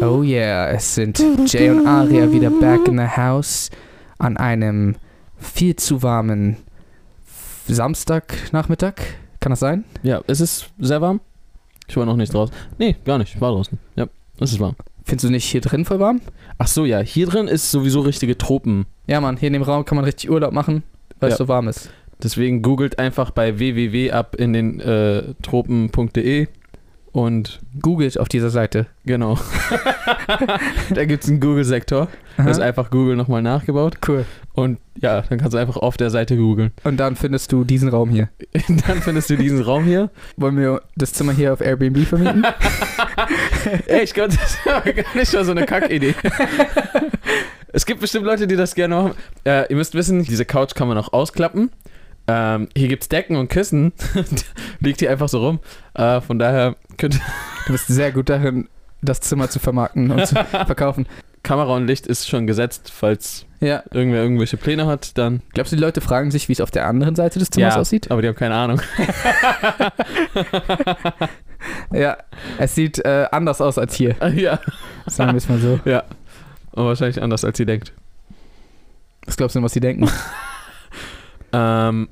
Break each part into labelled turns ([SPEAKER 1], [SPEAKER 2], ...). [SPEAKER 1] Oh yeah, es sind Jay und Aria wieder back in the house an einem viel zu warmen F- Samstagnachmittag. Kann das sein?
[SPEAKER 2] Ja, es ist sehr warm. Ich war noch nicht draußen. Nee, gar nicht. Ich war draußen. Ja, es ist warm.
[SPEAKER 1] Findest du nicht hier drin voll warm?
[SPEAKER 2] Ach so, ja. Hier drin ist sowieso richtige Tropen.
[SPEAKER 1] Ja, Mann, hier in dem Raum kann man richtig Urlaub machen, weil
[SPEAKER 2] Ja.
[SPEAKER 1] es so warm ist.
[SPEAKER 2] Deswegen googelt einfach bei www ab in den äh, tropen.de und
[SPEAKER 1] Googelt auf dieser Seite.
[SPEAKER 2] genau. da gibt es einen Google-Sektor. Da ist
[SPEAKER 1] Aha.
[SPEAKER 2] einfach Google nochmal nachgebaut.
[SPEAKER 1] Cool.
[SPEAKER 2] Und ja, dann kannst du einfach auf der Seite googeln.
[SPEAKER 1] Und dann findest du diesen Raum hier.
[SPEAKER 2] dann findest du diesen Raum hier.
[SPEAKER 1] Wollen wir das Zimmer hier auf Airbnb vermieten?
[SPEAKER 2] Ey, ich glaube, das war gar nicht mal so eine Kackidee. es gibt bestimmt Leute, die das gerne machen. Äh, ihr müsst wissen, diese Couch kann man auch ausklappen. Ähm, hier gibt's Decken und Kissen. Liegt hier einfach so rum. Äh, von daher könnt
[SPEAKER 1] Du bist sehr gut darin, das Zimmer zu vermarkten und zu verkaufen.
[SPEAKER 2] Kamera und Licht ist schon gesetzt, falls
[SPEAKER 1] Ja.
[SPEAKER 2] irgendwer irgendwelche Pläne hat, dann.
[SPEAKER 1] Glaubst du, die Leute fragen sich, wie es auf der anderen Seite des Zimmers
[SPEAKER 2] Ja,
[SPEAKER 1] aussieht?
[SPEAKER 2] Aber die haben keine Ahnung.
[SPEAKER 1] Ja. Es sieht äh, anders aus als hier.
[SPEAKER 2] ja.
[SPEAKER 1] Sagen wir es mal so.
[SPEAKER 2] Und wahrscheinlich anders, als ihr denkt.
[SPEAKER 1] Was glaubst du denn, was sie denken?
[SPEAKER 2] Ähm,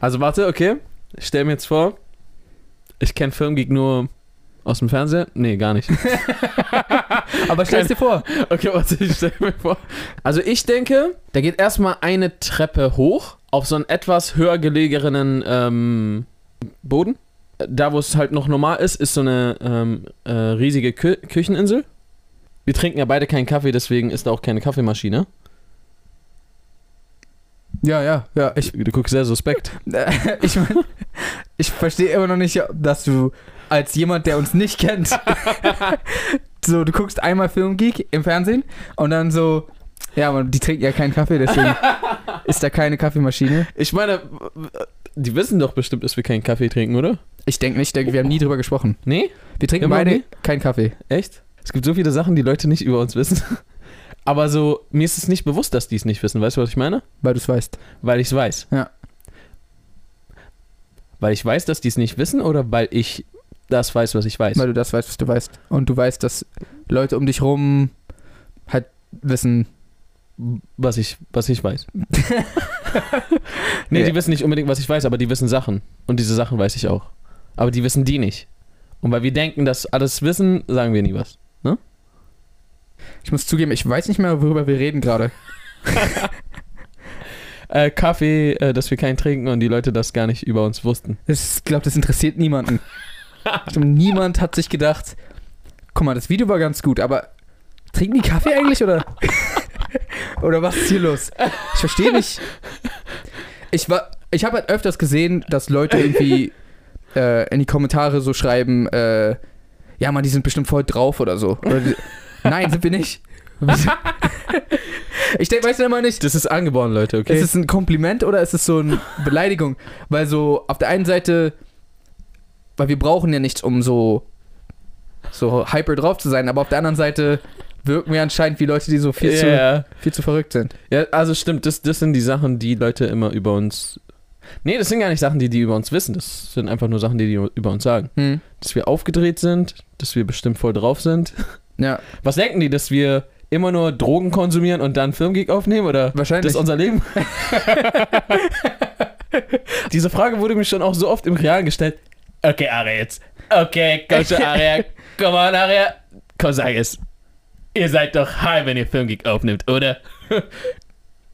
[SPEAKER 2] also warte, okay. Ich stell mir jetzt vor, ich kenne Filmgeek nur aus dem Fernseher. Nee, gar nicht.
[SPEAKER 1] Aber stell's dir vor,
[SPEAKER 2] Okay, warte, ich stell mir vor. Also ich denke, da geht erstmal eine Treppe hoch auf so einen etwas höher gelegenen ähm, Boden. Da, wo es halt noch normal ist, ist so eine ähm, äh, riesige Kü Kücheninsel. Wir trinken ja beide keinen Kaffee, deswegen ist da auch keine Kaffeemaschine.
[SPEAKER 1] Ja, ja, ja. Ich,
[SPEAKER 2] Du guckst sehr suspekt.
[SPEAKER 1] ich, mein, ich verstehe immer noch nicht, dass du als jemand, der uns nicht kennt, so, du guckst einmal Filmgeek im Fernsehen und dann so, ja, man, die trinken ja keinen Kaffee, deswegen ist da keine Kaffeemaschine.
[SPEAKER 2] Ich meine, die wissen doch bestimmt, dass wir keinen Kaffee trinken, oder?
[SPEAKER 1] Ich denke nicht, ich denk, wir haben nie drüber gesprochen.
[SPEAKER 2] Nee?
[SPEAKER 1] Wir trinken
[SPEAKER 2] Immer
[SPEAKER 1] beide
[SPEAKER 2] nie?
[SPEAKER 1] keinen Kaffee.
[SPEAKER 2] Echt? Es gibt so viele Sachen, die Leute nicht über uns wissen. Aber so, mir ist es nicht bewusst, dass die es nicht wissen. Weißt du, was ich meine?
[SPEAKER 1] Weil du es weißt.
[SPEAKER 2] Weil ich es weiß.
[SPEAKER 1] Ja.
[SPEAKER 2] Weil ich weiß, dass die es nicht wissen oder weil ich das weiß, was ich weiß?
[SPEAKER 1] Weil du das weißt, was du weißt. Und du weißt, dass Leute um dich rum halt wissen.
[SPEAKER 2] was, ich, was ich weiß. nee,
[SPEAKER 1] Ja.
[SPEAKER 2] die wissen nicht unbedingt, was ich weiß, aber die wissen Sachen. Und diese Sachen weiß ich auch. Aber die wissen die nicht. Und weil wir denken, dass alles wissen, sagen wir nie was.
[SPEAKER 1] Ich muss zugeben, ich weiß nicht mehr, worüber wir reden gerade.
[SPEAKER 2] äh, Kaffee, äh, dass wir keinen trinken und die Leute das gar nicht über uns wussten.
[SPEAKER 1] Ich glaube, das interessiert niemanden. Ich glaub, niemand hat sich gedacht, guck mal, das Video war ganz gut, aber trinken die Kaffee eigentlich oder? oder was ist hier los? Ich verstehe nicht. Ich war, ich habe halt öfters gesehen, dass Leute irgendwie äh, in die Kommentare so schreiben, äh, ja, man, die sind bestimmt voll drauf oder so. Oder die, Nein, sind wir nicht. ich denke, weißt du immer nicht,
[SPEAKER 2] Das ist angeboren, Leute, okay?
[SPEAKER 1] ist es ein Kompliment oder ist es so eine Beleidigung? Weil so auf der einen Seite, weil wir brauchen ja nichts, um so, so hyper drauf zu sein, aber auf der anderen Seite wirken wir anscheinend wie Leute, die so viel, zu,
[SPEAKER 2] ja.
[SPEAKER 1] viel zu verrückt sind.
[SPEAKER 2] ja, also stimmt, das, das sind die Sachen, die Leute immer über uns. Nee, das sind gar nicht Sachen, die die über uns wissen. Das sind einfach nur Sachen, die die über uns sagen.
[SPEAKER 1] Hm.
[SPEAKER 2] Dass wir aufgedreht sind, dass wir bestimmt voll drauf sind.
[SPEAKER 1] Ja,
[SPEAKER 2] Was denken die, dass wir immer nur Drogen konsumieren und dann Filmgeek aufnehmen oder das
[SPEAKER 1] wahrscheinlich.
[SPEAKER 2] ist unser Leben? Diese Frage wurde mir schon auch so oft im Real gestellt. Okay, Aria, jetzt. Okay, komm schon, Aria. Come on, Aria. Komm, sag es. Ihr seid doch high, wenn ihr Filmgeek aufnimmt, oder?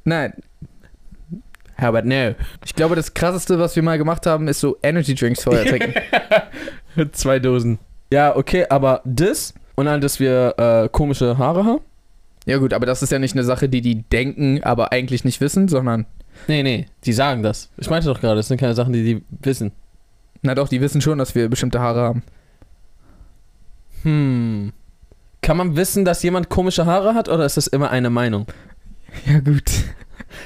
[SPEAKER 1] Nein,
[SPEAKER 2] How about now?
[SPEAKER 1] ich glaube, das krasseste, was wir mal gemacht haben, ist so Energy Drinks vorher trinken.
[SPEAKER 2] Zwei Dosen. Ja, okay, aber das und dann, dass wir äh, komische Haare haben?
[SPEAKER 1] ja, gut, aber das ist ja nicht eine Sache, die die denken, aber eigentlich nicht wissen, sondern,
[SPEAKER 2] Nee, nee, die sagen das. Ich meinte doch gerade, das sind keine Sachen, die die wissen.
[SPEAKER 1] na doch, die wissen schon, dass wir bestimmte Haare haben.
[SPEAKER 2] Hm. Kann man wissen, dass jemand komische Haare hat oder ist das immer eine Meinung?
[SPEAKER 1] Ja, gut.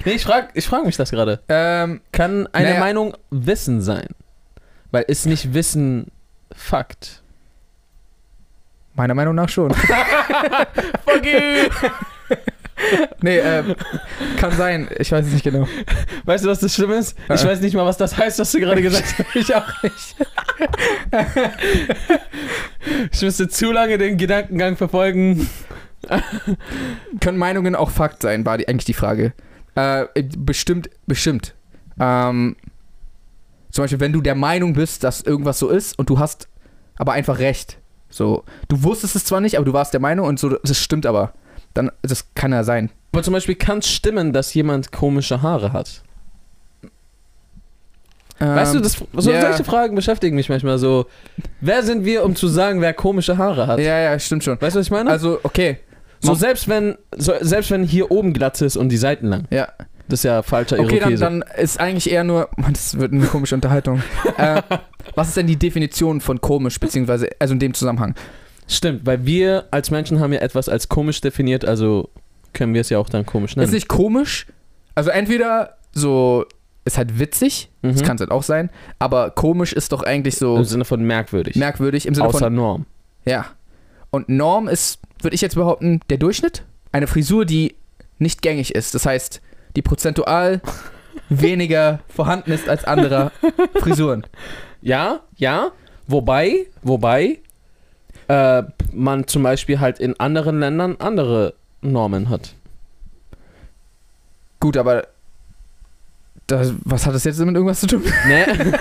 [SPEAKER 2] Nee, ich frage ich frag mich das gerade.
[SPEAKER 1] Ähm,
[SPEAKER 2] Kann eine
[SPEAKER 1] Naja.
[SPEAKER 2] Meinung Wissen sein? Weil ist nicht Wissen Fakt?
[SPEAKER 1] meiner Meinung nach schon.
[SPEAKER 2] Fuck you!
[SPEAKER 1] Nee, ähm, kann sein. Ich weiß es nicht genau.
[SPEAKER 2] Weißt du, was das Schlimme ist? Ich
[SPEAKER 1] Äh.
[SPEAKER 2] weiß nicht mal, was das heißt, was du gerade gesagt hast.
[SPEAKER 1] Ich auch nicht.
[SPEAKER 2] Ich müsste zu lange den Gedankengang verfolgen.
[SPEAKER 1] Können Meinungen auch Fakt sein, war die, eigentlich die Frage. Äh, bestimmt, bestimmt. Ähm, zum Beispiel, wenn du der Meinung bist, dass irgendwas so ist und du hast aber einfach recht. So, du wusstest es zwar nicht, aber du warst der Meinung und so, das stimmt aber. Dann, das kann ja sein.
[SPEAKER 2] Aber zum Beispiel kann es stimmen, dass jemand komische Haare hat. Weißt du,
[SPEAKER 1] Ähm,
[SPEAKER 2] das, so,
[SPEAKER 1] ja.
[SPEAKER 2] solche Fragen beschäftigen mich manchmal so. Wer sind wir, um zu sagen, wer komische Haare hat?
[SPEAKER 1] Ja, ja, stimmt schon.
[SPEAKER 2] Weißt du, was ich meine?
[SPEAKER 1] Also, okay.
[SPEAKER 2] so, selbst wenn, so, selbst wenn hier oben glatt ist und die Seiten lang.
[SPEAKER 1] Ja.
[SPEAKER 2] Das ist ja falscher
[SPEAKER 1] Okay, dann,
[SPEAKER 2] Irokese.
[SPEAKER 1] dann ist eigentlich eher nur. Mann, das wird eine komische Unterhaltung. äh, was ist denn die Definition von komisch, beziehungsweise, also in dem Zusammenhang?
[SPEAKER 2] Stimmt, weil wir als Menschen haben ja etwas als komisch definiert, also können wir es ja auch dann komisch nennen.
[SPEAKER 1] Ist nicht komisch? Also, entweder so, ist halt witzig,
[SPEAKER 2] Mhm.
[SPEAKER 1] das kann es halt auch sein, aber komisch ist doch eigentlich so
[SPEAKER 2] Im Sinne von merkwürdig.
[SPEAKER 1] merkwürdig im Sinne
[SPEAKER 2] außer
[SPEAKER 1] von.
[SPEAKER 2] Norm.
[SPEAKER 1] Ja. Und Norm ist, würde ich jetzt behaupten, der Durchschnitt. Eine Frisur, die nicht gängig ist. Das heißt, die prozentual weniger vorhanden ist als anderer Frisuren.
[SPEAKER 2] Ja, ja. Wobei, wobei äh, man zum Beispiel halt in anderen Ländern andere Normen hat.
[SPEAKER 1] Gut, aber das, was hat das jetzt mit irgendwas zu tun?
[SPEAKER 2] Ne?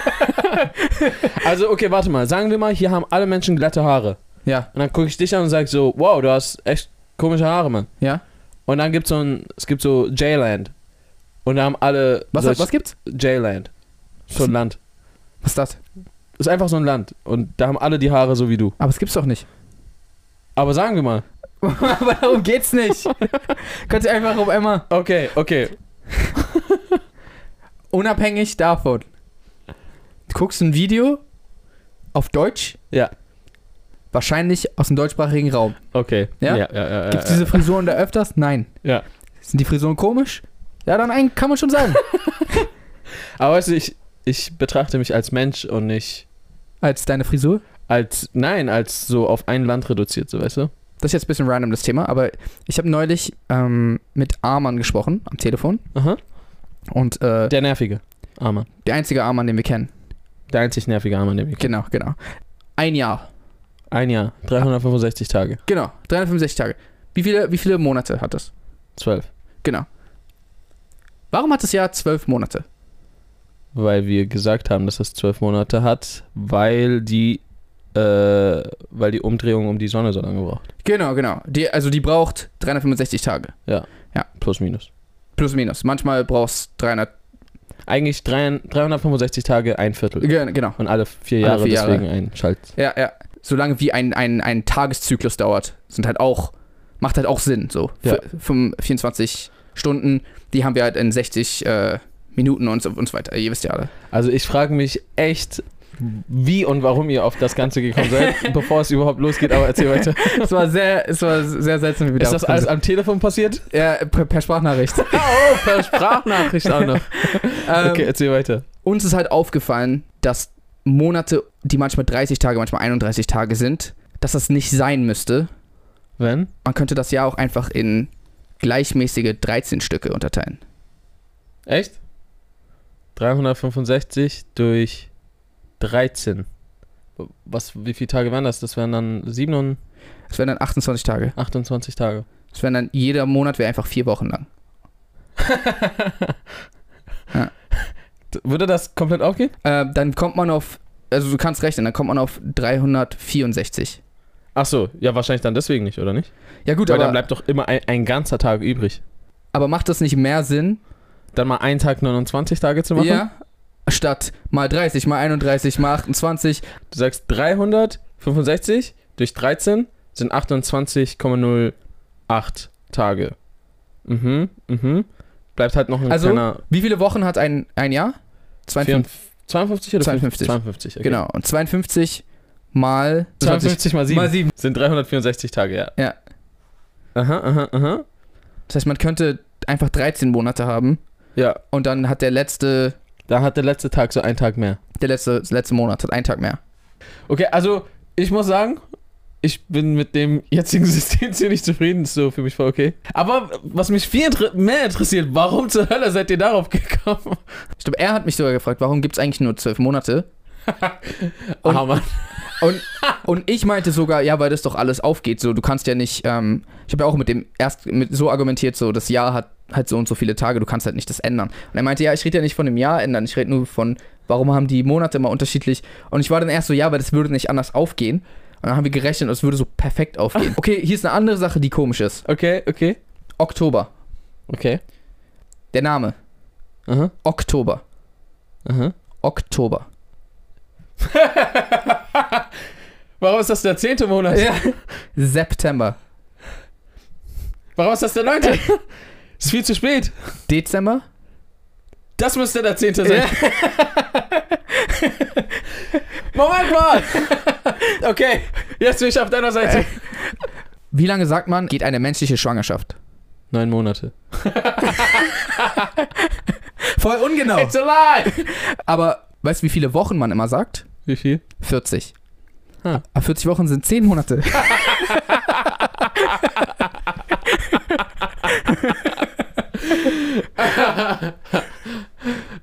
[SPEAKER 2] also, okay, warte mal. Sagen wir mal, hier haben alle Menschen glatte Haare.
[SPEAKER 1] Ja,
[SPEAKER 2] Und dann gucke ich dich an und sage so, wow, du hast echt komische Haare, Mann.
[SPEAKER 1] ja.
[SPEAKER 2] Und dann gibt's so ein, es gibt so J-Land. Und da haben alle
[SPEAKER 1] Was,
[SPEAKER 2] solch-
[SPEAKER 1] was gibt's?
[SPEAKER 2] J-Land. So ein Land.
[SPEAKER 1] Was ist das?
[SPEAKER 2] Ist einfach so ein Land. Und da haben alle die Haare so wie du.
[SPEAKER 1] Aber es gibt's doch nicht.
[SPEAKER 2] Aber sagen wir mal.
[SPEAKER 1] aber darum geht's nicht. Könnt ihr einfach auf einmal
[SPEAKER 2] Okay, okay.
[SPEAKER 1] unabhängig davon. Du guckst ein Video auf Deutsch.
[SPEAKER 2] Ja.
[SPEAKER 1] Wahrscheinlich aus dem deutschsprachigen Raum.
[SPEAKER 2] Okay.
[SPEAKER 1] Ja?
[SPEAKER 2] ja, ja, ja,
[SPEAKER 1] Gibt's
[SPEAKER 2] ja.
[SPEAKER 1] diese Frisuren da öfters? Nein.
[SPEAKER 2] Ja.
[SPEAKER 1] Sind die Frisuren komisch? Ja, dann ein, kann man schon sagen.
[SPEAKER 2] Aber weißt du, ich, ich betrachte mich als Mensch und nicht
[SPEAKER 1] Als deine Frisur.
[SPEAKER 2] als, nein, als so auf ein Land reduziert, so weißt du?
[SPEAKER 1] Das ist jetzt ein bisschen random, das Thema, aber ich habe neulich ähm, mit Arman gesprochen am Telefon.
[SPEAKER 2] Aha.
[SPEAKER 1] Und äh,
[SPEAKER 2] Der nervige Arme.
[SPEAKER 1] der einzige Arman, den wir kennen.
[SPEAKER 2] Der einzig nervige Arme, nämlich.
[SPEAKER 1] Genau, genau. Ein Jahr.
[SPEAKER 2] Ein Jahr, 365 Tage,
[SPEAKER 1] Genau, 365 Tage. Wie viele, wie viele Monate hat das?
[SPEAKER 2] zwölf.
[SPEAKER 1] Genau. Warum hat das Jahr zwölf Monate?
[SPEAKER 2] Weil wir gesagt haben, dass das zwölf Monate hat, weil die, äh, weil die Umdrehung um die Sonne so lange braucht.
[SPEAKER 1] Genau, genau. Die, also die braucht 365 Tage.
[SPEAKER 2] Plus, minus.
[SPEAKER 1] Plus, minus. Manchmal brauchst 300.
[SPEAKER 2] Eigentlich drei, 365 Tage, ein Viertel.
[SPEAKER 1] Ge- Genau.
[SPEAKER 2] Und alle vier
[SPEAKER 1] Alle
[SPEAKER 2] Jahre,
[SPEAKER 1] vier Jahre.
[SPEAKER 2] deswegen ein Schalt.
[SPEAKER 1] Ja, ja. Solange wie ein, ein, ein Tageszyklus dauert, sind halt auch, macht halt auch Sinn. So.
[SPEAKER 2] Ja.
[SPEAKER 1] F- fünf- 24 Stunden, die haben wir halt in 60 äh, Minuten und so, und so weiter. Ihr wisst ja alle.
[SPEAKER 2] Also ich frage mich echt, wie und warum ihr auf das Ganze gekommen seid, bevor es überhaupt losgeht, aber erzähl weiter.
[SPEAKER 1] es war sehr, es war sehr seltsam, wie wir
[SPEAKER 2] Ist das alles am Telefon passiert?
[SPEAKER 1] ja, per, per Sprachnachricht.
[SPEAKER 2] Oh, per Sprachnachricht auch noch.
[SPEAKER 1] Ähm,
[SPEAKER 2] Okay, erzähl weiter.
[SPEAKER 1] Uns ist halt aufgefallen, dass Monate, die manchmal 30 Tage, manchmal 31 Tage sind, dass das nicht sein müsste.
[SPEAKER 2] Wenn?
[SPEAKER 1] Man könnte das Jahr auch einfach in gleichmäßige 13 Stücke unterteilen.
[SPEAKER 2] Echt? 365 durch 13. Was, wie viele Tage wären das? Das wären dann 27
[SPEAKER 1] Das wären dann 28 Tage.
[SPEAKER 2] 28 Tage.
[SPEAKER 1] Das wären dann jeder Monat wäre einfach vier Wochen lang.
[SPEAKER 2] D- Würde das komplett aufgehen?
[SPEAKER 1] Äh, dann kommt man auf, also du kannst rechnen, dann kommt man auf 364.
[SPEAKER 2] Ach so, ja, wahrscheinlich dann deswegen nicht, oder nicht?
[SPEAKER 1] Ja gut,
[SPEAKER 2] Weil dann
[SPEAKER 1] aber,
[SPEAKER 2] bleibt doch immer ein, ein ganzer Tag übrig.
[SPEAKER 1] aber macht das nicht mehr Sinn?
[SPEAKER 2] Dann mal einen Tag 29 Tage zu machen?
[SPEAKER 1] Ja. Statt mal 30, mal 31, mal 28.
[SPEAKER 2] Du sagst 365 durch 13 sind 28,08 Tage. Mhm, mhm. Bleibt halt noch ein
[SPEAKER 1] Also,
[SPEAKER 2] kleiner
[SPEAKER 1] Wie viele Wochen hat ein, ein Jahr? 52.
[SPEAKER 2] 54 52 oder
[SPEAKER 1] 52.
[SPEAKER 2] 52 okay.
[SPEAKER 1] Genau. Und 52 mal
[SPEAKER 2] 52 mal 7
[SPEAKER 1] mal 7.
[SPEAKER 2] sind 364 Tage, ja.
[SPEAKER 1] Ja.
[SPEAKER 2] Aha, aha, aha.
[SPEAKER 1] Das heißt, man könnte einfach 13 Monate haben
[SPEAKER 2] Ja,
[SPEAKER 1] und dann hat der letzte,
[SPEAKER 2] da hat der letzte Tag so einen Tag mehr.
[SPEAKER 1] der letzte, das letzte Monat hat einen Tag mehr.
[SPEAKER 2] Okay, also ich muss sagen, ich bin mit dem jetzigen System ziemlich zufrieden, ist so für mich voll okay. Aber was mich viel inter mehr interessiert, warum zur Hölle seid ihr darauf gekommen?
[SPEAKER 1] Ich glaube, er hat mich sogar gefragt, warum gibt es eigentlich nur 12 Monate? Und-
[SPEAKER 2] Mann.
[SPEAKER 1] Und, und ich meinte sogar, ja, weil das doch alles aufgeht. So, du kannst ja nicht, ähm, ich habe ja auch mit dem erst mit so argumentiert, so das Jahr hat halt so und so viele Tage, du kannst halt nicht das ändern. Und er meinte, ja, ich rede ja nicht von dem Jahr ändern, ich rede nur von, warum haben die Monate immer unterschiedlich. Und ich war dann erst so, ja, weil das würde nicht anders aufgehen. Und dann haben wir gerechnet und es würde so perfekt aufgehen. Okay, hier ist eine andere Sache, die komisch ist.
[SPEAKER 2] Okay, okay,
[SPEAKER 1] Oktober.
[SPEAKER 2] okay.
[SPEAKER 1] Der Name.
[SPEAKER 2] Aha,
[SPEAKER 1] Oktober.
[SPEAKER 2] aha.
[SPEAKER 1] Oktober.
[SPEAKER 2] Warum ist das der zehnte Monat?
[SPEAKER 1] September.
[SPEAKER 2] Warum ist das der neunte? ist viel zu spät.
[SPEAKER 1] Dezember.
[SPEAKER 2] Das müsste der zehnte sein. Moment mal! Okay, jetzt bin ich auf deiner Seite.
[SPEAKER 1] Wie lange sagt man, geht eine menschliche Schwangerschaft?
[SPEAKER 2] Neun Monate.
[SPEAKER 1] Voll ungenau.
[SPEAKER 2] It's a lie!
[SPEAKER 1] Aber weißt du, wie viele Wochen man immer sagt?
[SPEAKER 2] Wie viel?
[SPEAKER 1] 40.
[SPEAKER 2] Ah.
[SPEAKER 1] Aber 40 Wochen sind 10 Monate.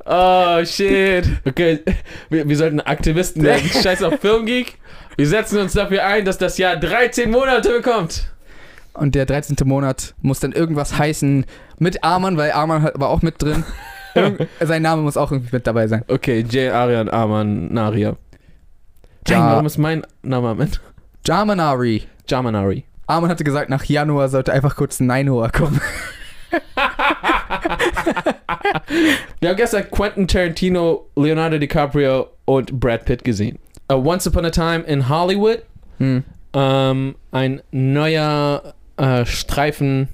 [SPEAKER 2] Oh, shit. Okay, wir, wir sollten Aktivisten werden. Scheiß auf Filmgeek. Wir setzen uns dafür ein, dass das Jahr 13 Monate bekommt.
[SPEAKER 1] Und der 13. Monat muss dann irgendwas heißen mit Arman, weil Arman hat- war auch mit drin. Irgend- Sein Name muss auch irgendwie mit dabei sein.
[SPEAKER 2] Okay, Jay, Arian, Arman, Naria.
[SPEAKER 1] Ja.
[SPEAKER 2] Nein, warum ist mein Name am Ende?
[SPEAKER 1] Jamanari.
[SPEAKER 2] Jamanari.
[SPEAKER 1] Arman hatte gesagt, nach Januar sollte einfach kurz ein Ninoa kommen.
[SPEAKER 2] Wir haben gestern Quentin Tarantino, Leonardo DiCaprio und Brad Pitt gesehen. Uh, Once Upon a Time in Hollywood
[SPEAKER 1] Hm.
[SPEAKER 2] Ähm, ein neuer äh, Streifen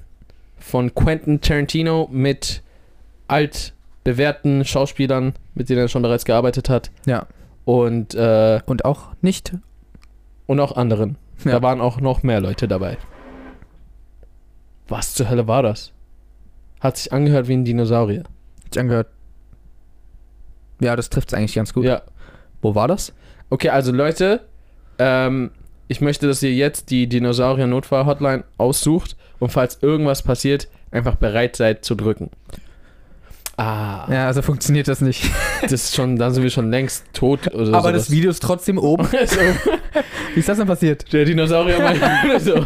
[SPEAKER 2] von Quentin Tarantino mit altbewährten Schauspielern, mit denen er schon bereits gearbeitet hat.
[SPEAKER 1] Ja.
[SPEAKER 2] Und, äh,
[SPEAKER 1] Und auch nicht.
[SPEAKER 2] und auch anderen.
[SPEAKER 1] Ja.
[SPEAKER 2] Da waren auch noch mehr Leute dabei. Was zur Hölle war das? Hat sich angehört wie ein Dinosaurier.
[SPEAKER 1] Hab ich angehört. Ja, das trifft es eigentlich ganz gut.
[SPEAKER 2] Ja.
[SPEAKER 1] Wo war das?
[SPEAKER 2] Okay, also Leute, ähm, ich möchte, dass ihr jetzt die Dinosaurier-Notfall-Hotline aussucht und falls irgendwas passiert, einfach bereit seid zu drücken. Ah,
[SPEAKER 1] Ja, also funktioniert das nicht.
[SPEAKER 2] das ist schon, da sind wir schon längst tot oder
[SPEAKER 1] Aber das Video ist trotzdem oben.
[SPEAKER 2] Video. so,
[SPEAKER 1] Wie ist das denn passiert?
[SPEAKER 2] der Dinosaurier meint so.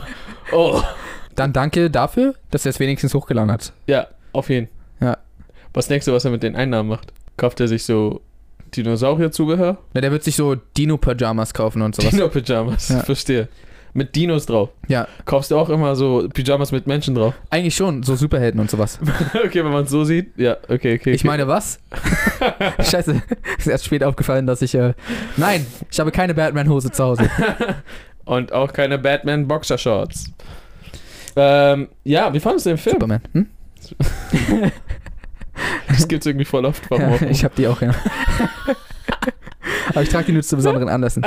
[SPEAKER 2] Oh,
[SPEAKER 1] Dann danke dafür, dass er es wenigstens hochgeladen hat.
[SPEAKER 2] ja, auf jeden.
[SPEAKER 1] Ja.
[SPEAKER 2] Was denkst du, was er mit den Einnahmen macht? Kauft er sich so Dinosaurier-Zubehör?
[SPEAKER 1] Na, der wird sich so Dino-Pyjamas kaufen und sowas.
[SPEAKER 2] Dino-Pyjamas,
[SPEAKER 1] Ja.
[SPEAKER 2] verstehe. Mit Dinos drauf.
[SPEAKER 1] Ja,
[SPEAKER 2] Kaufst du auch immer so Pyjamas mit Menschen drauf?
[SPEAKER 1] eigentlich schon, so Superhelden und sowas.
[SPEAKER 2] Okay, wenn man es so sieht. Ja, okay, okay.
[SPEAKER 1] Ich meine, was? Scheiße, ist erst spät aufgefallen, dass ich. Äh, nein, ich habe keine Batman-Hose zu Hause.
[SPEAKER 2] Und auch keine Batman-Boxershorts. Ähm, ja, wie fandest du den Film?
[SPEAKER 1] Superman. Hm?
[SPEAKER 2] Das gibt's irgendwie voll oft beim
[SPEAKER 1] Ja,
[SPEAKER 2] Hoffen.
[SPEAKER 1] ich habe die auch, ja. Aber ich trage die nur zu besonderen Anlässen.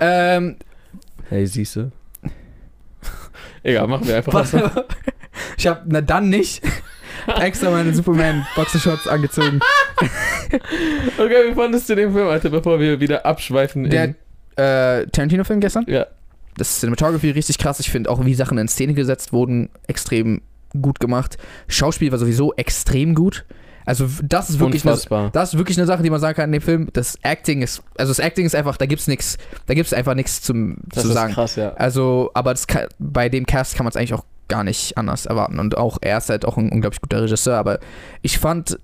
[SPEAKER 1] ähm,
[SPEAKER 2] Hey, siehst du? Egal, machen wir einfach
[SPEAKER 1] was?
[SPEAKER 2] was.
[SPEAKER 1] Ich habe, na dann nicht, extra meine Superman-Boxershorts angezogen.
[SPEAKER 2] Okay, wie fandest du den Film, Alter, bevor wir wieder abschweifen?
[SPEAKER 1] Der
[SPEAKER 2] in,
[SPEAKER 1] äh, Tarantino-Film gestern?
[SPEAKER 2] ja.
[SPEAKER 1] das Cinematography richtig krass. Ich finde auch, wie Sachen in Szene gesetzt wurden, extrem gut gemacht. Schauspiel war sowieso extrem gut. Also w- das ist wirklich eine,
[SPEAKER 2] Unfassbar.
[SPEAKER 1] das ist wirklich eine Sache, die man sagen kann in dem Film. Das Acting ist, also das Acting ist einfach, da gibt's nichts, da gibt's einfach nichts zum zu sagen.
[SPEAKER 2] krass, ja.
[SPEAKER 1] Also, aber das ka- bei dem Cast kann man es eigentlich auch gar nicht anders erwarten. Und auch er ist halt auch ein unglaublich guter Regisseur, aber ich fand,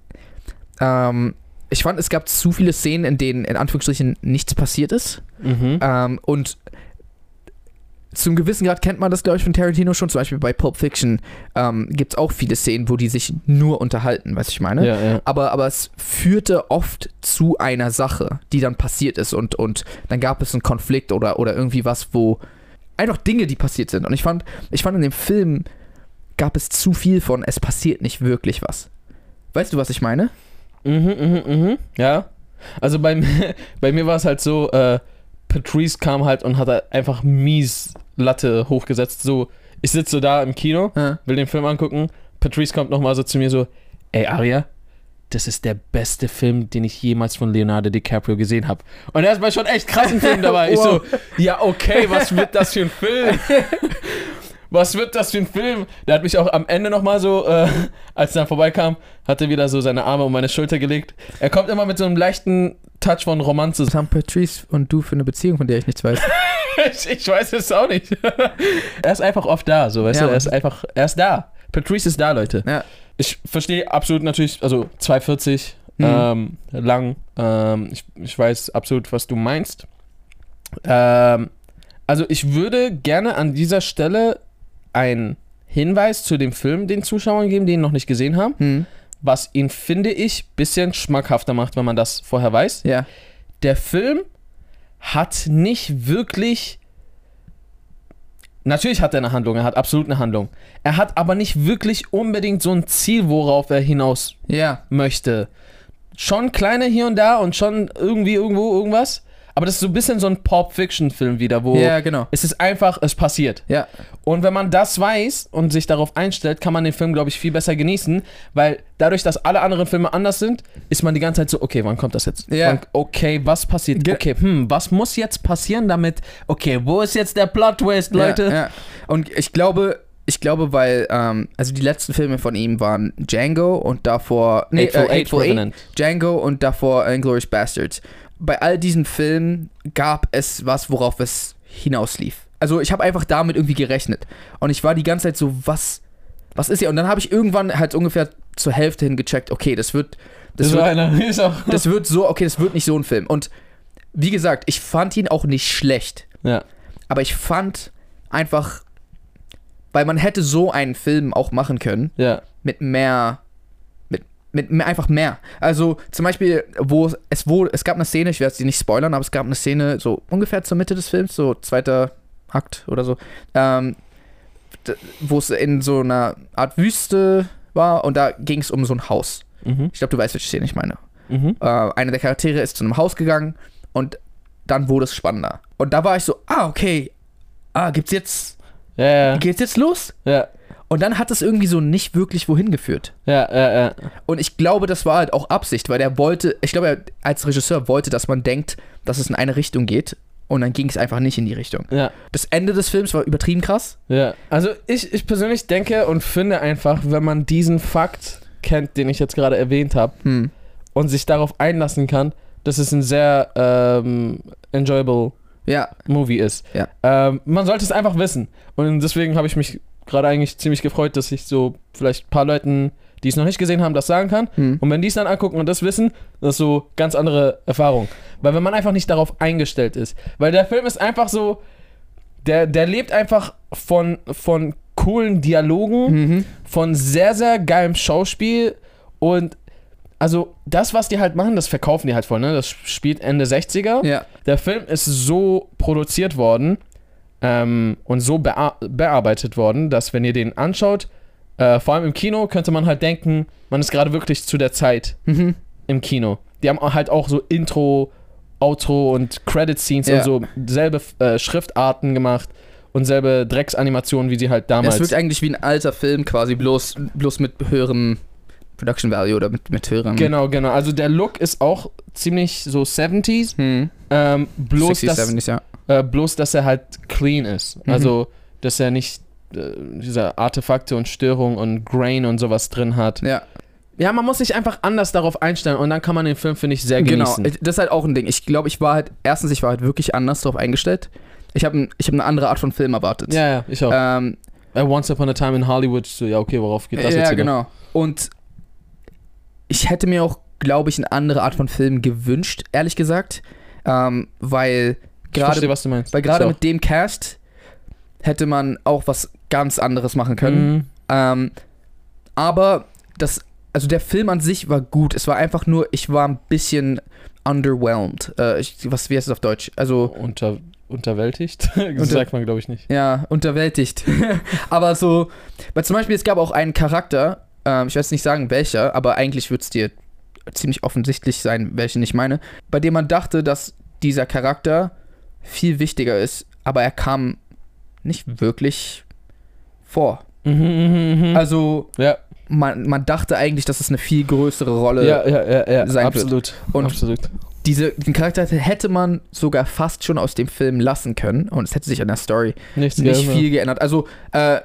[SPEAKER 1] ähm, ich fand, es gab zu viele Szenen, in denen in Anführungsstrichen nichts passiert ist.
[SPEAKER 2] Mhm.
[SPEAKER 1] Ähm, und zum gewissen Grad kennt man das, glaube ich, von Tarantino schon. Zum Beispiel bei Pulp Fiction ähm, gibt es auch viele Szenen, wo die sich nur unterhalten, was ich meine.
[SPEAKER 2] Ja, ja.
[SPEAKER 1] Aber, aber es führte oft zu einer Sache, die dann passiert ist. Und, und dann gab es einen Konflikt oder, oder irgendwie was, wo einfach Dinge, die passiert sind. Und ich fand, ich fand in dem Film gab es zu viel von, es passiert nicht wirklich was. Weißt du, was ich meine?
[SPEAKER 2] Mhm, mhm, mhm. Ja. Also bei, mir- bei mir war es halt so, äh, Patrice kam halt und hat halt einfach mies Latte hochgesetzt. So, ich sitze so da im Kino
[SPEAKER 1] Ja.
[SPEAKER 2] will den Film angucken. Patrice kommt nochmal so zu mir so, ey Aria, das ist der beste Film, den ich jemals von Leonardo DiCaprio gesehen habe. Und er ist bei schon echt krassen Film dabei. Ich so, ja okay, was wird das für ein Film? was wird das für ein Film? Der hat mich auch am Ende nochmal so, äh, als er dann vorbeikam, hat er wieder so seine Arme um meine Schulter gelegt. Er kommt immer mit so einem leichten Touch von Romanze.
[SPEAKER 1] Was haben Patrice und du für eine Beziehung, von der ich nichts weiß?
[SPEAKER 2] Ich, ich weiß es auch nicht. er ist einfach oft da, so, weißt du?
[SPEAKER 1] Ja,
[SPEAKER 2] Er
[SPEAKER 1] Mann.
[SPEAKER 2] ist einfach, er ist da. Patrice ist da, Leute.
[SPEAKER 1] Ja.
[SPEAKER 2] Ich verstehe absolut natürlich, also 240, ähm,
[SPEAKER 1] Hm.
[SPEAKER 2] lang. Ähm, ich, ich weiß absolut, was du meinst. Ähm, also ich würde gerne an dieser Stelle einen Hinweis zu dem Film den Zuschauern geben, die ihn noch nicht gesehen haben,
[SPEAKER 1] Hm.
[SPEAKER 2] was ihn, finde ich, bisschen schmackhafter macht, wenn man das vorher weiß.
[SPEAKER 1] Ja.
[SPEAKER 2] Der Film hat nicht wirklich... Natürlich hat er eine Handlung, er hat absolut eine Handlung. Er hat aber nicht wirklich unbedingt so ein Ziel, worauf er hinaus
[SPEAKER 1] Ja.
[SPEAKER 2] möchte. Schon kleine hier und da und schon irgendwie irgendwo irgendwas. Aber das ist so ein bisschen so ein Pop-Fiction-Film wieder, wo
[SPEAKER 1] Ja, genau.
[SPEAKER 2] es ist einfach, es passiert.
[SPEAKER 1] Ja.
[SPEAKER 2] Und wenn man das weiß und sich darauf einstellt, kann man den Film, glaube ich, viel besser genießen, weil dadurch, dass alle anderen Filme anders sind, ist man die ganze Zeit so, okay, wann kommt das jetzt?
[SPEAKER 1] Ja.
[SPEAKER 2] Wann, okay, was passiert?
[SPEAKER 1] Ge-
[SPEAKER 2] okay, hm, was muss jetzt passieren damit? Okay, wo ist jetzt der Plot-Twist, Leute?
[SPEAKER 1] Ja, ja. Und ich glaube, ich glaube, weil, ähm, also die letzten Filme von ihm waren Django und davor. Nee,
[SPEAKER 2] Eightful
[SPEAKER 1] äh,
[SPEAKER 2] Eight
[SPEAKER 1] Eightful Eight,
[SPEAKER 2] Revenant.
[SPEAKER 1] Django und davor Inglourious Bastards. Bei all diesen Filmen gab es was, worauf es hinauslief. Also ich habe einfach damit irgendwie gerechnet. Und ich war die ganze Zeit so, was, was ist hier? Und dann habe ich irgendwann halt ungefähr zur Hälfte hin gecheckt, okay, das wird, das,
[SPEAKER 2] Das war
[SPEAKER 1] wird,
[SPEAKER 2] einer, ist auch.
[SPEAKER 1] das wird so, okay, das wird nicht so ein Film. Und wie gesagt, ich fand ihn auch nicht schlecht.
[SPEAKER 2] Ja.
[SPEAKER 1] Aber ich fand einfach, weil man hätte so einen Film auch machen können,
[SPEAKER 2] Ja.
[SPEAKER 1] mit mehr, mit, mit mehr, einfach mehr. Also zum Beispiel, wo es- es wurde, es gab eine Szene, ich werde sie nicht spoilern, aber es gab eine Szene so ungefähr zur Mitte des Films, so zweiter Akt oder so, ähm, d- wo es in so einer Art Wüste war und da ging es um so ein Haus.
[SPEAKER 2] Mhm.
[SPEAKER 1] Ich glaube, du weißt, welche Szene ich meine
[SPEAKER 2] Mhm.
[SPEAKER 1] äh, einer der Charaktere ist zu einem Haus gegangen und dann wurde es spannender. Und da war ich so, ah, okay, ah, gibt's jetzt,
[SPEAKER 2] Ja, ja,
[SPEAKER 1] geht's jetzt los?
[SPEAKER 2] ja,
[SPEAKER 1] Und dann hat es irgendwie so nicht wirklich wohin geführt.
[SPEAKER 2] ja, ja, ja.
[SPEAKER 1] Und ich glaube, das war halt auch Absicht, weil er wollte, ich glaube, er als Regisseur wollte, dass man denkt, dass es in eine Richtung geht. Und dann ging es einfach nicht in die Richtung.
[SPEAKER 2] ja.
[SPEAKER 1] Das Ende des Films war übertrieben krass.
[SPEAKER 2] Ja, also ich, ich persönlich denke und finde einfach, wenn man diesen Fakt kennt, den ich jetzt gerade erwähnt habe,
[SPEAKER 1] Hm.
[SPEAKER 2] und sich darauf einlassen kann, dass es ein sehr ähm, enjoyable
[SPEAKER 1] Ja,
[SPEAKER 2] Movie ist.
[SPEAKER 1] Ja.
[SPEAKER 2] Ähm, man sollte es einfach wissen. Und deswegen habe ich mich gerade eigentlich ziemlich gefreut, dass ich so vielleicht ein paar Leuten, die es noch nicht gesehen haben, das sagen kann.
[SPEAKER 1] Hm.
[SPEAKER 2] Und wenn die es dann angucken und das wissen, das ist so ganz andere Erfahrung. Weil wenn man einfach nicht darauf eingestellt ist. Weil der Film ist einfach so, der, der lebt einfach von, von coolen Dialogen,
[SPEAKER 1] Mhm.
[SPEAKER 2] von sehr, sehr geilem Schauspiel und also das, was die halt machen, das verkaufen die halt voll, ne? Das spielt Ende 60er.
[SPEAKER 1] Ja.
[SPEAKER 2] Der Film ist so produziert worden ähm, und so bea bearbeitet worden, dass wenn ihr den anschaut, äh, vor allem im Kino, könnte man halt denken, man ist gerade wirklich zu der Zeit
[SPEAKER 1] Mhm.
[SPEAKER 2] im Kino. Die haben halt auch so Intro, Outro und Credit-Scenes
[SPEAKER 1] Ja.
[SPEAKER 2] und so selbe äh, Schriftarten gemacht und selbe Drecksanimationen, wie sie halt damals.
[SPEAKER 1] Es wirkt eigentlich wie ein alter Film quasi, bloß, bloß mit höherem Production Value oder mit, mit höherem.
[SPEAKER 2] Genau, genau. Also der Look ist auch ziemlich so 70s.
[SPEAKER 1] Hm.
[SPEAKER 2] Ähm, bloß,
[SPEAKER 1] 60s,
[SPEAKER 2] dass,
[SPEAKER 1] 70s, ja.
[SPEAKER 2] äh, bloß, dass er halt clean ist.
[SPEAKER 1] Mhm.
[SPEAKER 2] Also, dass er nicht äh, diese Artefakte und Störungen und Grain und sowas drin hat.
[SPEAKER 1] Ja,
[SPEAKER 2] Ja, man muss sich einfach anders darauf einstellen und dann kann man den Film, finde ich, sehr
[SPEAKER 1] genau.
[SPEAKER 2] genießen.
[SPEAKER 1] Das ist halt auch ein Ding. Ich glaube, ich war halt, erstens, ich war halt wirklich anders drauf eingestellt. Ich habe ich hab eine andere Art von Film erwartet.
[SPEAKER 2] Ja, ja, ich auch.
[SPEAKER 1] ähm,
[SPEAKER 2] Äh, Once Upon a Time in Hollywood, so, ja, okay, worauf geht das
[SPEAKER 1] ja
[SPEAKER 2] jetzt? wieder?
[SPEAKER 1] genau. Und ich hätte mir auch, glaube ich, eine andere Art von Film gewünscht, ehrlich gesagt. Ähm, weil
[SPEAKER 2] Ich
[SPEAKER 1] gerade
[SPEAKER 2] verstehe, was du meinst.
[SPEAKER 1] weil gerade
[SPEAKER 2] Ich auch.
[SPEAKER 1] mit dem Cast hätte man auch was ganz anderes machen können.
[SPEAKER 2] Mhm.
[SPEAKER 1] Ähm, aber das, also der Film an sich war gut. Es war einfach nur, ich war ein bisschen underwhelmed. Äh, ich, was, wie heißt es auf Deutsch? Also,
[SPEAKER 2] mhm. Unter, unterwältigt? das sagt man, glaube ich, nicht.
[SPEAKER 1] ja, unterwältigt. aber so, weil zum Beispiel, es gab auch einen Charakter, ähm, ich weiß nicht sagen welcher, aber eigentlich wird es dir ziemlich offensichtlich sein, welchen ich meine, bei dem man dachte, dass dieser Charakter viel wichtiger ist, aber er kam nicht wirklich vor.
[SPEAKER 2] Mhm, mhm, mhm.
[SPEAKER 1] Also,
[SPEAKER 2] ja,
[SPEAKER 1] man, man dachte eigentlich, dass es eine viel größere Rolle
[SPEAKER 2] ja, ja, ja, ja,
[SPEAKER 1] sein wird.
[SPEAKER 2] absolut.
[SPEAKER 1] Und
[SPEAKER 2] absolut.
[SPEAKER 1] diese, diesen Charakter hätte- hätte man sogar fast schon aus dem Film lassen können und es hätte sich an der Story
[SPEAKER 2] Nichts
[SPEAKER 1] nicht viel geändert. Also äh, an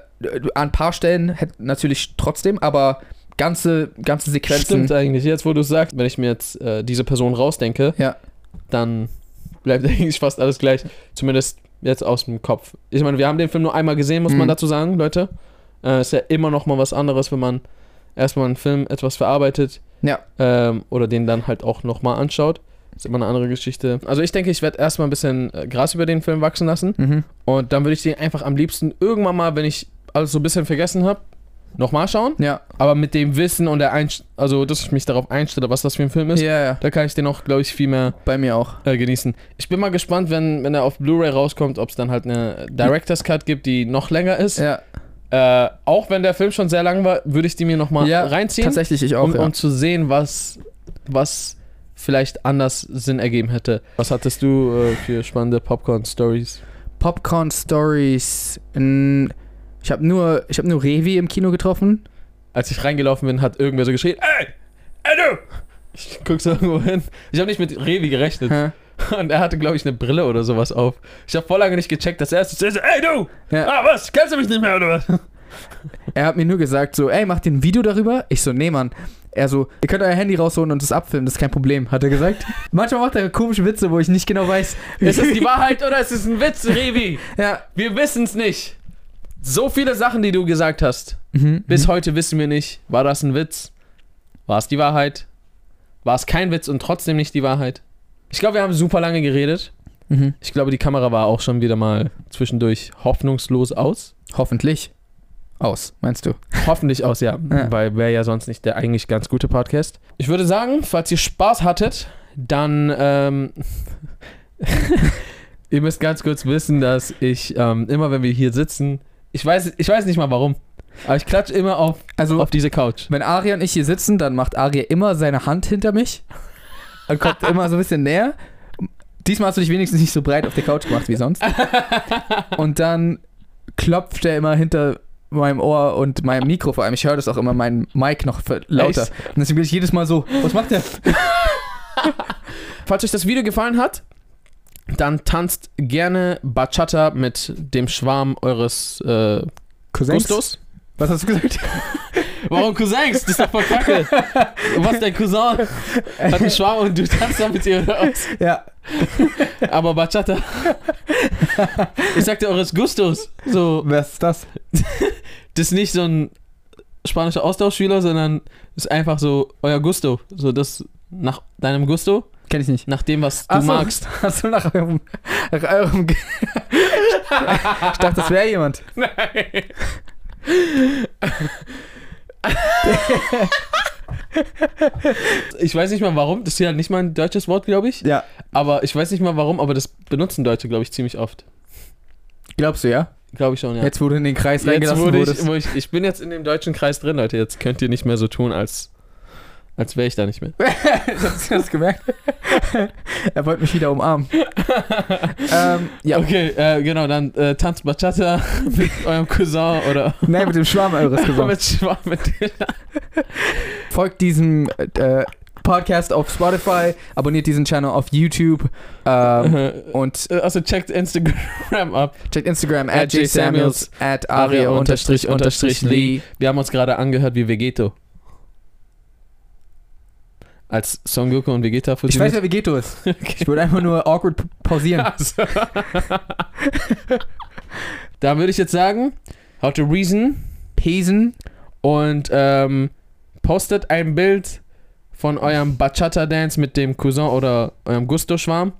[SPEAKER 1] ein paar Stellen hätte natürlich trotzdem, aber ganze, ganze Sequenzen.
[SPEAKER 2] Stimmt eigentlich. Jetzt, wo du es sagst, wenn ich mir jetzt äh, diese Person rausdenke,
[SPEAKER 1] Ja.
[SPEAKER 2] dann bleibt eigentlich fast alles gleich. Zumindest jetzt aus dem Kopf. Ich meine, wir haben den Film nur einmal gesehen, muss man
[SPEAKER 1] Mhm.
[SPEAKER 2] dazu sagen, Leute. Äh, ist ja immer noch mal was anderes, wenn man erstmal einen Film etwas verarbeitet.
[SPEAKER 1] Ja.
[SPEAKER 2] Ähm, oder den dann halt auch nochmal anschaut. Ist immer eine andere Geschichte. Also ich denke, ich werde erstmal ein bisschen äh, Gras über den Film wachsen lassen.
[SPEAKER 1] Mhm.
[SPEAKER 2] Und dann würde ich den einfach am liebsten irgendwann mal, wenn ich alles so ein bisschen vergessen habe, nochmal schauen.
[SPEAKER 1] Ja.
[SPEAKER 2] Aber mit dem Wissen und der Einst also dass ich mich darauf einstelle, was das für ein Film
[SPEAKER 1] ja,
[SPEAKER 2] ist,
[SPEAKER 1] ja,
[SPEAKER 2] da kann ich den auch, glaube ich, viel mehr
[SPEAKER 1] bei mir auch.
[SPEAKER 2] äh, genießen. Ich bin mal gespannt, wenn, wenn er auf Blu-ray rauskommt, ob es dann halt eine Director's Cut gibt, die noch länger ist.
[SPEAKER 1] Ja,
[SPEAKER 2] Äh, auch wenn der Film schon sehr lang war, würde ich die mir nochmal
[SPEAKER 1] Ja,
[SPEAKER 2] mal reinziehen,
[SPEAKER 1] tatsächlich ich auch.
[SPEAKER 2] um,
[SPEAKER 1] ja.
[SPEAKER 2] um zu sehen, was, was vielleicht anders Sinn ergeben hätte. Was hattest du äh, für spannende Popcorn-Stories?
[SPEAKER 1] Popcorn Stories. n- Ich habe nur, ich habe nur Revi im Kino getroffen.
[SPEAKER 2] Als ich reingelaufen bin, hat irgendwer so geschrien, ey, ey du! Ich guck so irgendwo hin. Ich habe nicht mit Revi gerechnet.
[SPEAKER 1] Hä?
[SPEAKER 2] Und er hatte, glaube ich, eine Brille oder sowas auf. Ich habe vor lange nicht gecheckt, dass er erst so, ey du!
[SPEAKER 1] Ja.
[SPEAKER 2] Ah, was? Kennst du mich nicht mehr oder was?
[SPEAKER 1] Er hat mir nur gesagt so, ey, macht ihr ein Video darüber? Ich so, nee, Mann. Er so, ihr könnt euer Handy rausholen und das abfilmen, das ist kein Problem, hat er gesagt. Manchmal macht er komische Witze, wo ich nicht genau weiß.
[SPEAKER 2] Ist es die Wahrheit oder ist es ein Witz, Revi?
[SPEAKER 1] Ja.
[SPEAKER 2] Wir wissen es nicht. So viele Sachen, die du gesagt hast.
[SPEAKER 1] Mhm.
[SPEAKER 2] Bis heute wissen wir nicht, war das ein Witz? War es die Wahrheit? War es kein Witz und trotzdem nicht die Wahrheit? Ich glaube, wir haben super lange geredet.
[SPEAKER 1] Mhm.
[SPEAKER 2] Ich glaube, die Kamera war auch schon wieder mal zwischendurch hoffnungslos aus.
[SPEAKER 1] Hoffentlich. Aus, meinst du?
[SPEAKER 2] Hoffentlich aus, ja.
[SPEAKER 1] Ja.
[SPEAKER 2] Weil wäre ja sonst nicht der eigentlich ganz gute Podcast. Ich würde sagen, falls ihr Spaß hattet, dann ähm, ihr müsst ganz kurz wissen, dass ich ähm, immer, wenn wir hier sitzen, ich weiß, ich weiß nicht mal warum, aber ich klatsche immer auf,
[SPEAKER 1] Also,
[SPEAKER 2] auf diese Couch.
[SPEAKER 1] wenn Aria und ich hier sitzen, dann macht Aria immer seine Hand hinter mich und kommt immer so ein bisschen näher. Diesmal hast du dich wenigstens nicht so breit auf der Couch gemacht wie sonst. Und dann klopft er immer hinter meinem Ohr und meinem Mikro vor allem. Ich höre das auch immer, mein Mic noch ver- lauter.
[SPEAKER 2] Echt?
[SPEAKER 1] Und deswegen bin ich jedes Mal so, was macht der?
[SPEAKER 2] Falls euch das Video gefallen hat, dann tanzt gerne Bachata mit dem Schwarm eures äh, Gustos.
[SPEAKER 1] Was hast du gesagt?
[SPEAKER 2] Warum Cousins? Das ist doch voll kacke. Was, dein Cousin hat einen Schwarm und du tanzt damit ihr oder was?
[SPEAKER 1] ja.
[SPEAKER 2] Aber Bachata. Ich sagte eures Gustos. So,
[SPEAKER 1] Was ist das?
[SPEAKER 2] das ist nicht so ein spanischer Austauschschüler, sondern ist einfach so euer Gusto. So, das nach deinem Gusto,
[SPEAKER 1] Kenn ich nicht.
[SPEAKER 2] nach dem, was du
[SPEAKER 1] Ach so.
[SPEAKER 2] magst.
[SPEAKER 1] Achso, nach eurem. Nach eurem Ge- ich dachte, das wäre jemand.
[SPEAKER 2] Nein. ich weiß nicht mal warum, das ist ja nicht mal ein deutsches Wort, glaube ich.
[SPEAKER 1] Ja.
[SPEAKER 2] Aber ich weiß nicht mal warum, aber das benutzen Deutsche, glaube ich, ziemlich oft.
[SPEAKER 1] Glaubst du, ja?
[SPEAKER 2] Glaube ich schon, ja.
[SPEAKER 1] Jetzt, wo du in den Kreis
[SPEAKER 2] Jetzt
[SPEAKER 1] reingelassen
[SPEAKER 2] wurde ich,
[SPEAKER 1] wurdest.
[SPEAKER 2] wo ich, ich bin jetzt in dem deutschen Kreis drin, Leute. Jetzt könnt ihr nicht mehr so tun, als, als wäre ich da nicht mehr.
[SPEAKER 1] Hast du das gemerkt? er wollte mich wieder umarmen. ähm, ja.
[SPEAKER 2] Okay, äh, genau, dann äh, tanzt Bachata mit eurem Cousin oder
[SPEAKER 1] Nein, mit dem Schwarm eures gesagt.
[SPEAKER 2] mit, Schwa- mit dem-
[SPEAKER 1] folgt diesem äh, Podcast auf Spotify, abonniert diesen Channel auf YouTube ähm, und
[SPEAKER 2] Äh, Also checkt Instagram ab.
[SPEAKER 1] checkt Instagram
[SPEAKER 2] At
[SPEAKER 1] at jsamuels, at aria unterstrich unterstrich lee.
[SPEAKER 2] Wir haben uns gerade angehört wie Vegeto. Als Son Goku und Vegeta
[SPEAKER 1] Ich weiß, wer Vegeto ist. Ich würde einfach nur awkward p- pausieren.
[SPEAKER 2] Also. da würde ich jetzt sagen, how to reason
[SPEAKER 1] Pesen.
[SPEAKER 2] und ähm, postet ein Bild von eurem Bachata Dance mit dem Cousin oder eurem Gusto Schwarm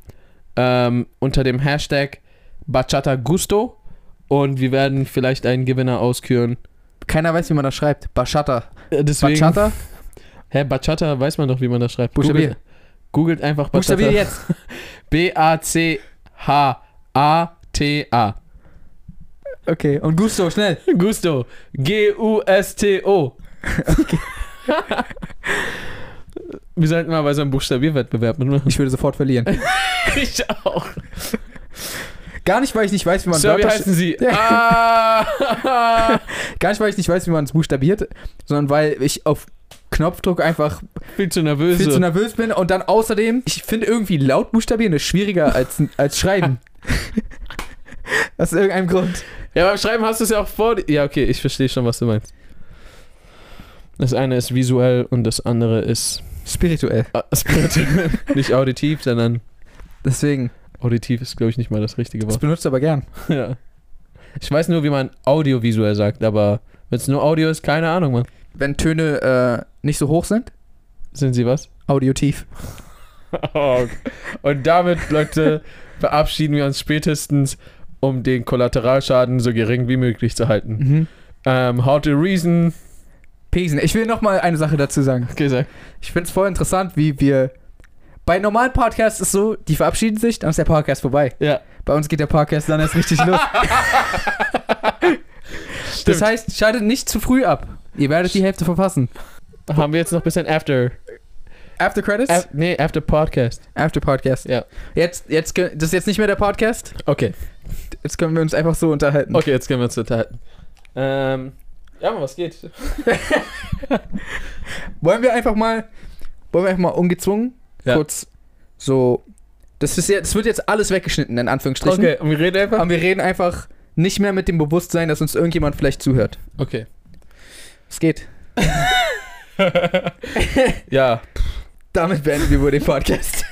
[SPEAKER 2] ähm, unter dem Hashtag Bachata Gusto und wir werden vielleicht einen Gewinner ausküren.
[SPEAKER 1] Keiner weiß, wie man das schreibt. Bachata.
[SPEAKER 2] Äh, Deswegen,
[SPEAKER 1] Bachata?
[SPEAKER 2] Hä, Bachata weiß man doch, wie man das schreibt.
[SPEAKER 1] Buchstabier.
[SPEAKER 2] Googelt- Googelt einfach
[SPEAKER 1] Buchstabier
[SPEAKER 2] Bachata.
[SPEAKER 1] jetzt.
[SPEAKER 2] B-A-C-H-A-T-A.
[SPEAKER 1] Okay. Und Gusto, schnell.
[SPEAKER 2] Gusto. G-U-S-T-O. Wir sollten mal bei so einem Buchstabierwettbewerb mitmachen.
[SPEAKER 1] Ich würde sofort verlieren.
[SPEAKER 2] Ich auch.
[SPEAKER 1] Gar nicht, weil ich nicht weiß, wie man
[SPEAKER 2] Sir, wie
[SPEAKER 1] Wörter
[SPEAKER 2] heißen Sie?
[SPEAKER 1] Ja.
[SPEAKER 2] Ah.
[SPEAKER 1] Gar nicht, weil ich nicht weiß, wie man es buchstabiert, sondern weil ich auf Knopfdruck einfach
[SPEAKER 2] Viel zu nervös.
[SPEAKER 1] viel zu nervös bin und dann außerdem, ich finde irgendwie laut buchstabieren ist schwieriger als, als schreiben. Aus irgendeinem Grund.
[SPEAKER 2] Ja, beim Schreiben hast du es ja auch vor. Ja, okay, ich verstehe schon, was du meinst. Das eine ist visuell und das andere ist
[SPEAKER 1] Spirituell.
[SPEAKER 2] äh, spirituell. nicht auditiv, sondern
[SPEAKER 1] Deswegen.
[SPEAKER 2] auditiv ist, glaube ich, nicht mal das richtige
[SPEAKER 1] Das
[SPEAKER 2] Wort.
[SPEAKER 1] benutzt du aber gern.
[SPEAKER 2] ja. Ich weiß nur, wie man audiovisuell sagt, aber wenn es nur Audio ist, keine Ahnung, Mann.
[SPEAKER 1] Wenn Töne äh, nicht so hoch sind,
[SPEAKER 2] Sind sie was?
[SPEAKER 1] audiotief.
[SPEAKER 2] und damit, Leute, verabschieden wir uns spätestens, um den Kollateralschaden so gering wie möglich zu halten.
[SPEAKER 1] Mhm.
[SPEAKER 2] Ähm, how to reason.
[SPEAKER 1] Pesen. Ich will noch mal eine Sache dazu sagen.
[SPEAKER 2] Okay, sag.
[SPEAKER 1] Ich finde es voll interessant, wie wir. Bei normalen Podcasts ist so, die verabschieden sich, dann ist der Podcast vorbei.
[SPEAKER 2] Ja.
[SPEAKER 1] Bei uns geht der Podcast dann erst richtig los. das heißt, schaltet nicht zu früh ab. Ihr werdet die Hälfte verpassen.
[SPEAKER 2] Haben wir jetzt noch ein bisschen After.
[SPEAKER 1] After Credits?
[SPEAKER 2] Af nee, After Podcast.
[SPEAKER 1] After Podcast.
[SPEAKER 2] Ja.
[SPEAKER 1] Jetzt, jetzt, ge- das ist jetzt nicht mehr der Podcast.
[SPEAKER 2] Okay.
[SPEAKER 1] Jetzt können wir uns einfach so unterhalten.
[SPEAKER 2] Okay, jetzt können wir uns unterhalten. Ähm. Ja, Mann, was geht?
[SPEAKER 1] Wollen wir einfach mal, wollen wir einfach mal ungezwungen
[SPEAKER 2] Ja.
[SPEAKER 1] kurz so. Das ist jetzt, das wird jetzt alles weggeschnitten in Anführungsstrichen.
[SPEAKER 2] Okay, und wir reden einfach.
[SPEAKER 1] Aber wir reden einfach nicht mehr mit dem Bewusstsein, dass uns irgendjemand vielleicht zuhört.
[SPEAKER 2] Okay.
[SPEAKER 1] Es geht.
[SPEAKER 2] Ja.
[SPEAKER 1] Damit beenden wir wohl den Podcast.